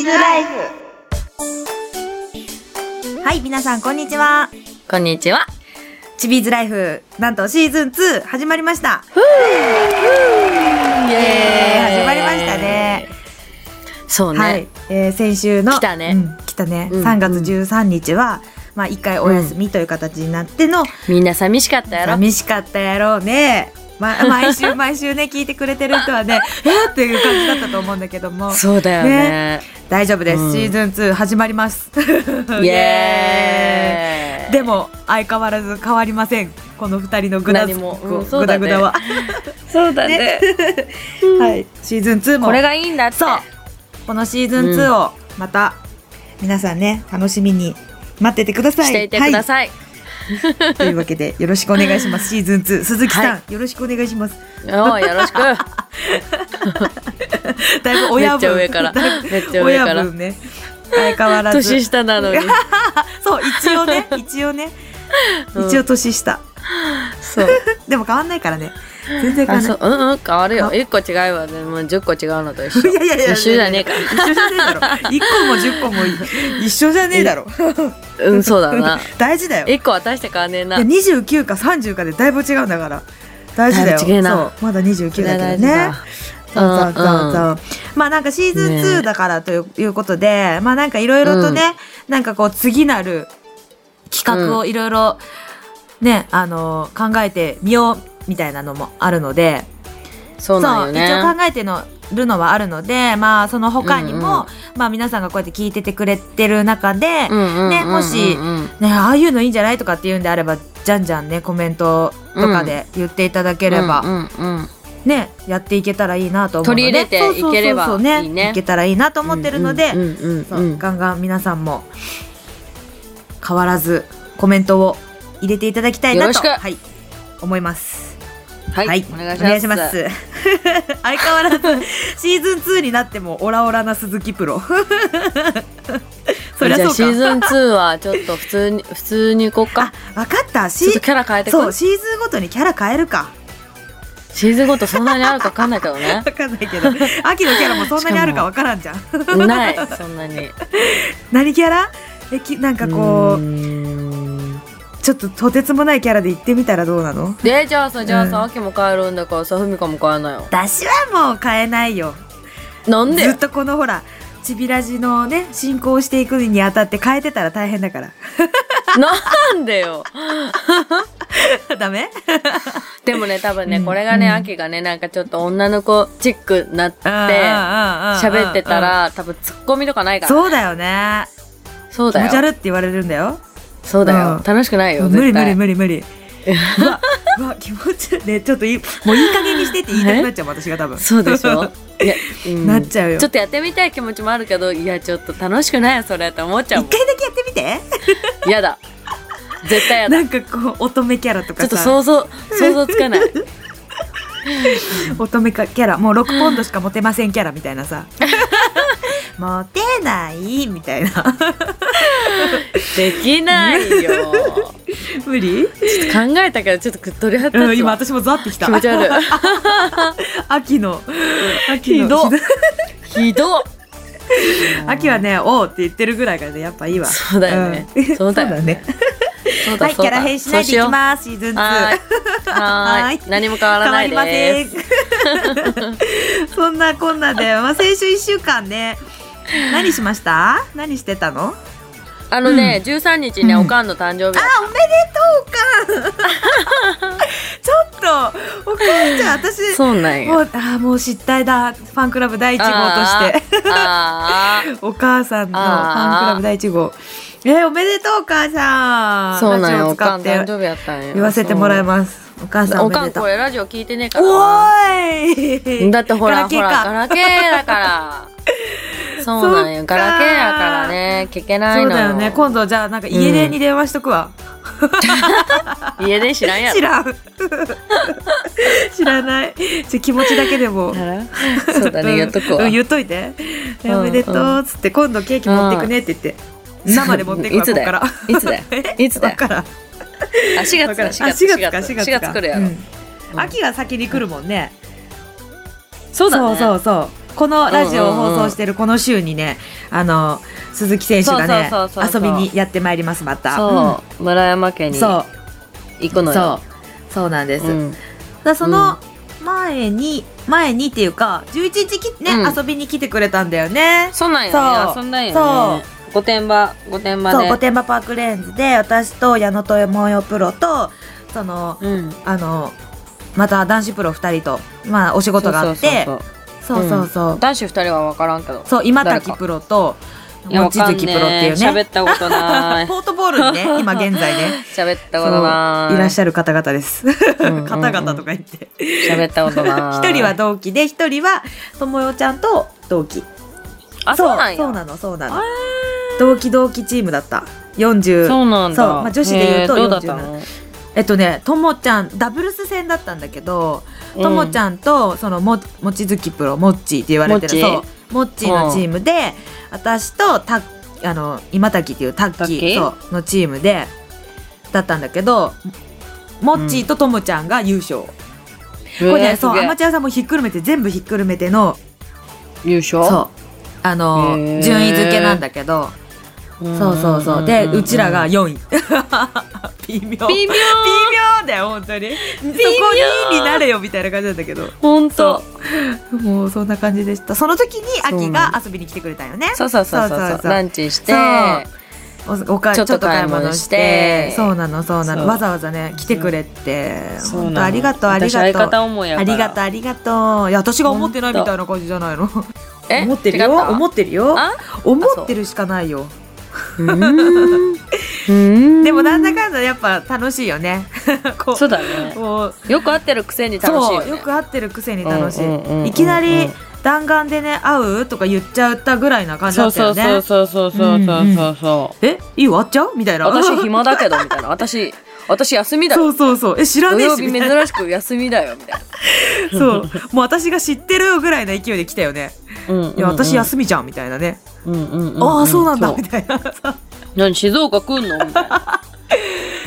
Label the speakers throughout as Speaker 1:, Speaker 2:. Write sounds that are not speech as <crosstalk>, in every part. Speaker 1: ズライフ
Speaker 2: はい、皆さん、こんにちは。
Speaker 3: こんにちは。
Speaker 2: チビーズライフ、なんとシーズン2始まりました。
Speaker 3: イ
Speaker 2: えー始まりました。ね。
Speaker 3: そうね。
Speaker 2: はい、えー先週の
Speaker 3: 来たね
Speaker 2: うん来たね。
Speaker 3: うん
Speaker 2: 3月13日は、まあ一回お休みという形になっての、
Speaker 3: みんな寂しかったやろ。
Speaker 2: 寂しかったやろうね。
Speaker 3: <laughs>
Speaker 2: ま、毎週毎週ね聞いてくれてる人はね、えーっていう感じだったと思うんだけども、
Speaker 3: そうだよね。
Speaker 2: 大丈夫です。
Speaker 3: うん
Speaker 2: シーズン2始まります。
Speaker 3: <laughs> イ
Speaker 2: イーイ
Speaker 3: エー
Speaker 2: <laughs>
Speaker 3: イ。
Speaker 2: でも相変わらず変わりません。この二人のグダ
Speaker 3: 何もうんそ
Speaker 2: グ
Speaker 3: う
Speaker 2: ダ
Speaker 3: だね
Speaker 2: グダは。
Speaker 3: そうだ
Speaker 2: ね。はい、シーズン2も
Speaker 3: <laughs> これがいいんだって。
Speaker 2: そうこのシーズン2をまた、皆さんね楽しみに待っててください。
Speaker 3: していてください。
Speaker 2: はい、というわけでよろしくお願いし
Speaker 3: <laughs>
Speaker 2: ます。シーズン2鈴木さん、
Speaker 3: は
Speaker 2: よろしくお願いします。
Speaker 3: おうよ
Speaker 2: <laughs>
Speaker 3: ろしく。
Speaker 2: だいぶ
Speaker 3: め
Speaker 2: 親
Speaker 3: っちゃ
Speaker 2: 分 <laughs>
Speaker 3: 上から。
Speaker 2: だい
Speaker 3: めっち
Speaker 2: ぶ
Speaker 3: ゃ上か
Speaker 2: 親
Speaker 3: ら。
Speaker 2: 分ね相変わらず
Speaker 3: 年下なのに。
Speaker 2: <laughs> そう一応
Speaker 3: <laughs>
Speaker 2: ね一応ね、
Speaker 3: うん
Speaker 2: 一応年下
Speaker 3: そう。
Speaker 2: でも変わんないからね全然変わ <laughs>
Speaker 3: あ、
Speaker 2: んな
Speaker 3: そ。。
Speaker 2: いう
Speaker 3: うんうん。変わるよ。
Speaker 2: あ
Speaker 3: 一個違うわ。でも十個違うのと一緒。
Speaker 2: <laughs> いやいやいや
Speaker 3: 一緒じゃねえか。
Speaker 2: 一緒じゃねえだろ1個も10個も一緒じゃねえだろ
Speaker 3: うん、そうだな。
Speaker 2: <laughs> 大事だよ
Speaker 3: 一個は大して変わんねえな。
Speaker 2: で29か30かでだいぶ違うんだから大事だよ
Speaker 3: だいぶ違えな
Speaker 2: そうまだ29だけど
Speaker 3: 大
Speaker 2: ね
Speaker 3: 事
Speaker 2: そうそうそう
Speaker 3: うんうん
Speaker 2: そうまあなんかシーズン2
Speaker 3: ね
Speaker 2: だからという,、ことでまあなんかいろいろとね、なんかこう次なる企画をいろいろね、あの考えてみようみたいなのもあるので
Speaker 3: だそうなんよね。
Speaker 2: そう一応考えてのるのはあるのでまあその他にも、
Speaker 3: うんうん
Speaker 2: まあ皆さんがこうやって聞いててくれてる中で、
Speaker 3: うんうんうんうんうん
Speaker 2: ねもしねああいうのいいんじゃないとかっていうんであればじゃんじゃんねコメントとかで言っていただければ、
Speaker 3: うんうんうん
Speaker 2: ねやっていけたらいいなと思うので
Speaker 3: 取り入れて
Speaker 2: そうそうそうそう
Speaker 3: いければいいね
Speaker 2: いけたらいいなと思ってるので、
Speaker 3: うんうん
Speaker 2: そううん
Speaker 3: うん
Speaker 2: ガンガン皆さんも変わらずコメントを入れていただきたいなと
Speaker 3: よろしく
Speaker 2: はい、思います。
Speaker 3: はい、
Speaker 2: はい、
Speaker 3: お願いします。
Speaker 2: お願いします <laughs> 相変
Speaker 3: <laughs>
Speaker 2: わらずシーズン2になってもオラオラな鈴木プロ <laughs> そりゃ
Speaker 3: じゃあシ
Speaker 2: そ
Speaker 3: ー
Speaker 2: うか
Speaker 3: ズン2はちょっと普通に <laughs> 普通に行こっか。
Speaker 2: 分かった
Speaker 3: ち
Speaker 2: シ
Speaker 3: ょっと
Speaker 2: ー
Speaker 3: キャラ変えてく
Speaker 2: そうシーズンごとにキャラ変えるか。
Speaker 3: シーズンごとそんなにあるか分かんないけどね
Speaker 2: <laughs> 分かんない
Speaker 3: <laughs>
Speaker 2: けど秋のキャラもそんなにあるか分からんじゃん
Speaker 3: ないそんなに。
Speaker 2: 何キャラえきなんかこ
Speaker 3: うー
Speaker 2: うんちょっととてつもないキャラで行ってみたらどうなの
Speaker 3: でじゃあさじゃあ
Speaker 2: うん
Speaker 3: さ、秋も帰るんだからさふみかも帰らないよ。
Speaker 2: 私はもう変えないよ
Speaker 3: なんで
Speaker 2: ず
Speaker 3: よ
Speaker 2: っとこのほらちびラジのね進行していくにあたって変えてたら大変だから <laughs>
Speaker 3: なんでよ。
Speaker 2: ダメ
Speaker 3: でもね多分ね、
Speaker 2: うん
Speaker 3: これが
Speaker 2: う
Speaker 3: ね
Speaker 2: ん
Speaker 3: 秋がねなんかちょっと女の子チックになって
Speaker 2: 喋
Speaker 3: 喋ってたら多分ツッコミとかないから。
Speaker 2: そうだよね
Speaker 3: そう
Speaker 2: 気
Speaker 3: だ
Speaker 2: 持ち
Speaker 3: よ。
Speaker 2: 悪って言われるんだよ
Speaker 3: そうだよ、
Speaker 2: うん
Speaker 3: 楽しくないよ
Speaker 2: 無理
Speaker 3: 絶
Speaker 2: 無
Speaker 3: 対。
Speaker 2: 理無理無
Speaker 3: <laughs>
Speaker 2: 理うわうわ気持ち悪いねちょっといいもういい加減にしてって言いたくなっちゃう私が多分
Speaker 3: そうでし
Speaker 2: <laughs>
Speaker 3: ょいや、うん
Speaker 2: なっちゃうよ
Speaker 3: ちょっとやってみたい気持ちもあるけどいやちょっと楽しくないよそれって思っちゃう
Speaker 2: 一
Speaker 3: も
Speaker 2: 回だけやってみて
Speaker 3: んやだ絶対やだ
Speaker 2: なんかこう乙女キャラと
Speaker 3: ちょ
Speaker 2: か
Speaker 3: っと
Speaker 2: さ
Speaker 3: 想像想像つかない
Speaker 2: 乙女かキャラもう6ポンドしかモテませんキャラみたいな
Speaker 3: <laughs>
Speaker 2: さモテないみたい
Speaker 3: <laughs>
Speaker 2: な
Speaker 3: できな
Speaker 2: <laughs>
Speaker 3: いよ
Speaker 2: 無理、
Speaker 3: ちょっと考えたけどちょっと取り張った
Speaker 2: うん、
Speaker 3: つ
Speaker 2: 今
Speaker 3: わ
Speaker 2: 私もザってきた
Speaker 3: 気持ち悪い
Speaker 2: <laughs> 秋の秋
Speaker 3: ひ
Speaker 2: の
Speaker 3: どひどっ
Speaker 2: <laughs> 秋はね「おう」って言ってるぐらいがねやっぱいいわ
Speaker 3: そうだよね
Speaker 2: ん
Speaker 3: そうだよねそうだ
Speaker 2: はいキャラ変しないでいきますシーズン
Speaker 3: す
Speaker 2: 2
Speaker 3: はーいはー
Speaker 2: はい
Speaker 3: い何も変わらない
Speaker 2: 変わ
Speaker 3: で
Speaker 2: り
Speaker 3: す
Speaker 2: ません <laughs> そんなこんなで、まあ、先週1週間ね何しました何してたの
Speaker 3: あのね、13日ね
Speaker 2: うん
Speaker 3: おかんの誕生日だ
Speaker 2: おめで <laughs> とうおかんちょっとおかんちゃん私
Speaker 3: そうなん
Speaker 2: もう
Speaker 3: よ
Speaker 2: あーもう失態だファンクラブ第1号として
Speaker 3: てあーあ
Speaker 2: <laughs>
Speaker 3: ー
Speaker 2: お母さんのフ
Speaker 3: あー
Speaker 2: ァンクラブ第1号えー、おめでとうお母さん
Speaker 3: そうなんよおか
Speaker 2: ラ
Speaker 3: ん
Speaker 2: ジオ
Speaker 3: 誕
Speaker 2: 使って
Speaker 3: 生日やったんよ
Speaker 2: 言わせてもらいますお母さんお
Speaker 3: お
Speaker 2: め
Speaker 3: か
Speaker 2: で
Speaker 3: ん
Speaker 2: と
Speaker 3: こ
Speaker 2: う
Speaker 3: れラジオ聞いてねえから
Speaker 2: おーい
Speaker 3: だってほ
Speaker 2: ガラ
Speaker 3: らほら
Speaker 2: ケーか
Speaker 3: ガラケーだ
Speaker 2: <laughs>
Speaker 3: からそうなん
Speaker 2: そっ
Speaker 3: よ
Speaker 2: か
Speaker 3: ガラケーだからね聞けない
Speaker 2: そう
Speaker 3: の
Speaker 2: だよね今度じゃあなんか家電に電話しとくわ、
Speaker 3: 家で知らんや
Speaker 2: <laughs>
Speaker 3: ろ
Speaker 2: 知らん知らないちょ気持ちだけでも
Speaker 3: <laughs> そう
Speaker 2: <laughs>
Speaker 3: だね言っとくわ、
Speaker 2: うんうん言っといて
Speaker 3: うん
Speaker 2: おめでとうっつって今度ケーキ持ってくねって言って生で持ってくわ
Speaker 3: <laughs> い
Speaker 2: こ
Speaker 3: つだ
Speaker 2: こ
Speaker 3: よ
Speaker 2: から
Speaker 3: いつ
Speaker 2: <laughs>
Speaker 3: だよいつだ
Speaker 2: だ
Speaker 3: よ
Speaker 2: から
Speaker 3: あ4月だ
Speaker 2: あ
Speaker 3: 4月4
Speaker 2: 4
Speaker 3: 月
Speaker 2: 月か4月か
Speaker 3: 4月来るやろ、
Speaker 2: うん秋が先に来るもんね
Speaker 3: そうだね
Speaker 2: そうそうこのラジオを放送してるこの週にね、あの鈴木選手がね
Speaker 3: そうそうそうそ
Speaker 2: 遊
Speaker 3: う
Speaker 2: びにやってまいりますまた
Speaker 3: そう、村山家
Speaker 2: うん
Speaker 3: に
Speaker 2: そ
Speaker 3: 行く
Speaker 2: う
Speaker 3: の
Speaker 2: そ
Speaker 3: よ。
Speaker 2: うそうなんです、
Speaker 3: うん
Speaker 2: だその前に、前にっていうか11日きね、
Speaker 3: うん
Speaker 2: 遊びに来てくれたんだよね
Speaker 3: そうなんよ
Speaker 2: そ
Speaker 3: ね。
Speaker 2: う
Speaker 3: 遊んだんよね。御殿場、御殿場
Speaker 2: そう
Speaker 3: で。
Speaker 2: 御殿場パークレーンズで私と矢野と模様プロとその
Speaker 3: うん。
Speaker 2: あのまた男子プロ2人と、まあ、お仕事があって
Speaker 3: そうそう
Speaker 2: そ
Speaker 3: そう
Speaker 2: うそうそう、
Speaker 3: 男子二人は分からんけど。
Speaker 2: そう今
Speaker 3: 誰
Speaker 2: 滝
Speaker 3: か
Speaker 2: プロと
Speaker 3: いや、
Speaker 2: 望
Speaker 3: わかんね
Speaker 2: 月プロっていうね。
Speaker 3: え。喋ったことな
Speaker 2: <laughs>
Speaker 3: い
Speaker 2: ポートボールにね今現
Speaker 3: <laughs>
Speaker 2: 在ね
Speaker 3: 喋った
Speaker 2: そ
Speaker 3: こ
Speaker 2: う
Speaker 3: とない。
Speaker 2: いらっしゃる方々です
Speaker 3: んうんうん
Speaker 2: 方々とか言って
Speaker 3: 喋ったことな
Speaker 2: <laughs>
Speaker 3: い。
Speaker 2: 一人は同期で一人はともよちゃんと同期
Speaker 3: あ、そうなんや。
Speaker 2: そうなのそうなの同期同期チームだった40
Speaker 3: そうなんだ。
Speaker 2: そうまあ女子で言うと
Speaker 3: へえどうだったの
Speaker 2: えっとねともちゃんダブルス戦だったんだけどともち
Speaker 3: ん。
Speaker 2: ゃんとそのも望月プロもっちーって言われてる
Speaker 3: もっち
Speaker 2: そ
Speaker 3: ー
Speaker 2: うもっちーのチームで私とたあの今滝っていうタッ
Speaker 3: タ
Speaker 2: キ
Speaker 3: ッキ
Speaker 2: ー
Speaker 3: ー
Speaker 2: そうのチームでだったんだけどもっちーとともちゃんが優勝、こ
Speaker 3: こ
Speaker 2: れねそうアマチュアさんもひっくるめて全部ひっくるめての
Speaker 3: 優勝
Speaker 2: そうあの
Speaker 3: へー
Speaker 2: 順位付けなんだけど
Speaker 3: うん
Speaker 2: そうそうそうでうちらが
Speaker 3: 微
Speaker 2: 4位 <laughs> 微妙微 <laughs>
Speaker 3: 妙
Speaker 2: 妙だよ本当にそこ2位になれよみたいな感じなんだけど
Speaker 3: 本当
Speaker 2: そうもうそんな感じでしたその時に
Speaker 3: そうな
Speaker 2: 秋
Speaker 3: の
Speaker 2: が遊びに来てくれたんよね
Speaker 3: そうそうそ
Speaker 2: そ
Speaker 3: うそうう
Speaker 2: そうそう
Speaker 3: ランチして
Speaker 2: おおか
Speaker 3: ち
Speaker 2: ちょ
Speaker 3: ょ
Speaker 2: っ
Speaker 3: っ
Speaker 2: と
Speaker 3: と
Speaker 2: 買い物して
Speaker 3: 買い物して
Speaker 2: そうなのそうなの
Speaker 3: そう
Speaker 2: わざわざね来てくれて
Speaker 3: そう
Speaker 2: 本
Speaker 3: なの
Speaker 2: 当ありがとうあり
Speaker 3: 私相
Speaker 2: がとう
Speaker 3: 方思いや
Speaker 2: あ
Speaker 3: から
Speaker 2: りがとうありがとういや私が思ってないみたいな感じじゃないの
Speaker 3: え
Speaker 2: 思ってるよ
Speaker 3: 違った
Speaker 2: 思ってるよ
Speaker 3: あ
Speaker 2: 思ってるしかないよ
Speaker 3: うーん
Speaker 2: でもなんだかんだやっぱ楽しいよね <laughs> こう
Speaker 3: そうだね
Speaker 2: こう
Speaker 3: よく会ってるくせに楽しいよ
Speaker 2: そう
Speaker 3: ね
Speaker 2: よく合ってるくせに楽し
Speaker 3: うんうんうんうん
Speaker 2: いいきなり弾丸でね会うとか言っちゃったぐらいな感じだ
Speaker 3: そう
Speaker 2: ったよ
Speaker 3: そ
Speaker 2: ね
Speaker 3: うそうそうそうそうそうそうそ
Speaker 2: えいいよ会っちゃうみたいうな
Speaker 3: 私暇だけどみたいな私私休みだ
Speaker 2: そ
Speaker 3: よ
Speaker 2: うそうそうえ知ら
Speaker 3: 土
Speaker 2: ねえ
Speaker 3: 曜
Speaker 2: し
Speaker 3: 日
Speaker 2: みたいな
Speaker 3: 珍しく休みだよみたい
Speaker 2: そうもう私が知ってるぐらいの勢いで来たよね「
Speaker 3: な
Speaker 2: いや私休みじゃん」みたいなね「
Speaker 3: あ
Speaker 2: ああそうなんだ」みたいな <laughs> そう
Speaker 3: 何静岡来んのみたいな
Speaker 2: <laughs>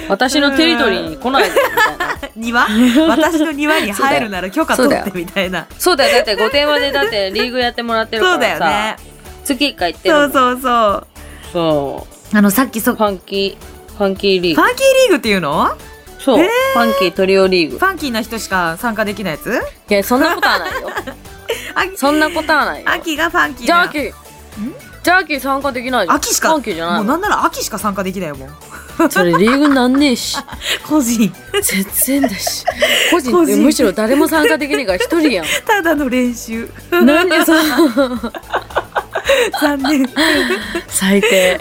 Speaker 3: 私のテリトリーに来ないでみたいな
Speaker 2: <laughs> 庭私の庭に入るなら許可取ってみたいな
Speaker 3: そうだよだって御殿場でだってリーグやってもらってる
Speaker 2: そ
Speaker 3: か
Speaker 2: うだよ
Speaker 3: らさ
Speaker 2: ね
Speaker 3: 月1回行ってる
Speaker 2: そ
Speaker 3: もん
Speaker 2: うそうそう
Speaker 3: そ
Speaker 2: あのさっきそうフ
Speaker 3: ファンキーファンキーリーグ
Speaker 2: ァンキーリーグっていうの
Speaker 3: そう、
Speaker 2: えー
Speaker 3: ファンキートリオリーグ
Speaker 2: ファンキーな人しか参加できないやつ
Speaker 3: いやそんなことはないよ
Speaker 2: <laughs> あ
Speaker 3: そんなことはないよ
Speaker 2: 秋がファンキー
Speaker 3: じゃあ
Speaker 2: な
Speaker 3: 秋じゃあ秋参加できないじゃん
Speaker 2: 秋しか
Speaker 3: ファンキーじゃない
Speaker 2: もう
Speaker 3: の
Speaker 2: なんなら秋しか参加できないよもう
Speaker 3: それリーグなんね
Speaker 2: <laughs>
Speaker 3: えし
Speaker 2: 個人
Speaker 3: 全然だし個人
Speaker 2: 個
Speaker 3: って
Speaker 2: 人
Speaker 3: むしろ誰も参加できねえから一人
Speaker 2: <laughs>
Speaker 3: やん
Speaker 2: ただの練習
Speaker 3: なんでさ
Speaker 2: 残念
Speaker 3: 最低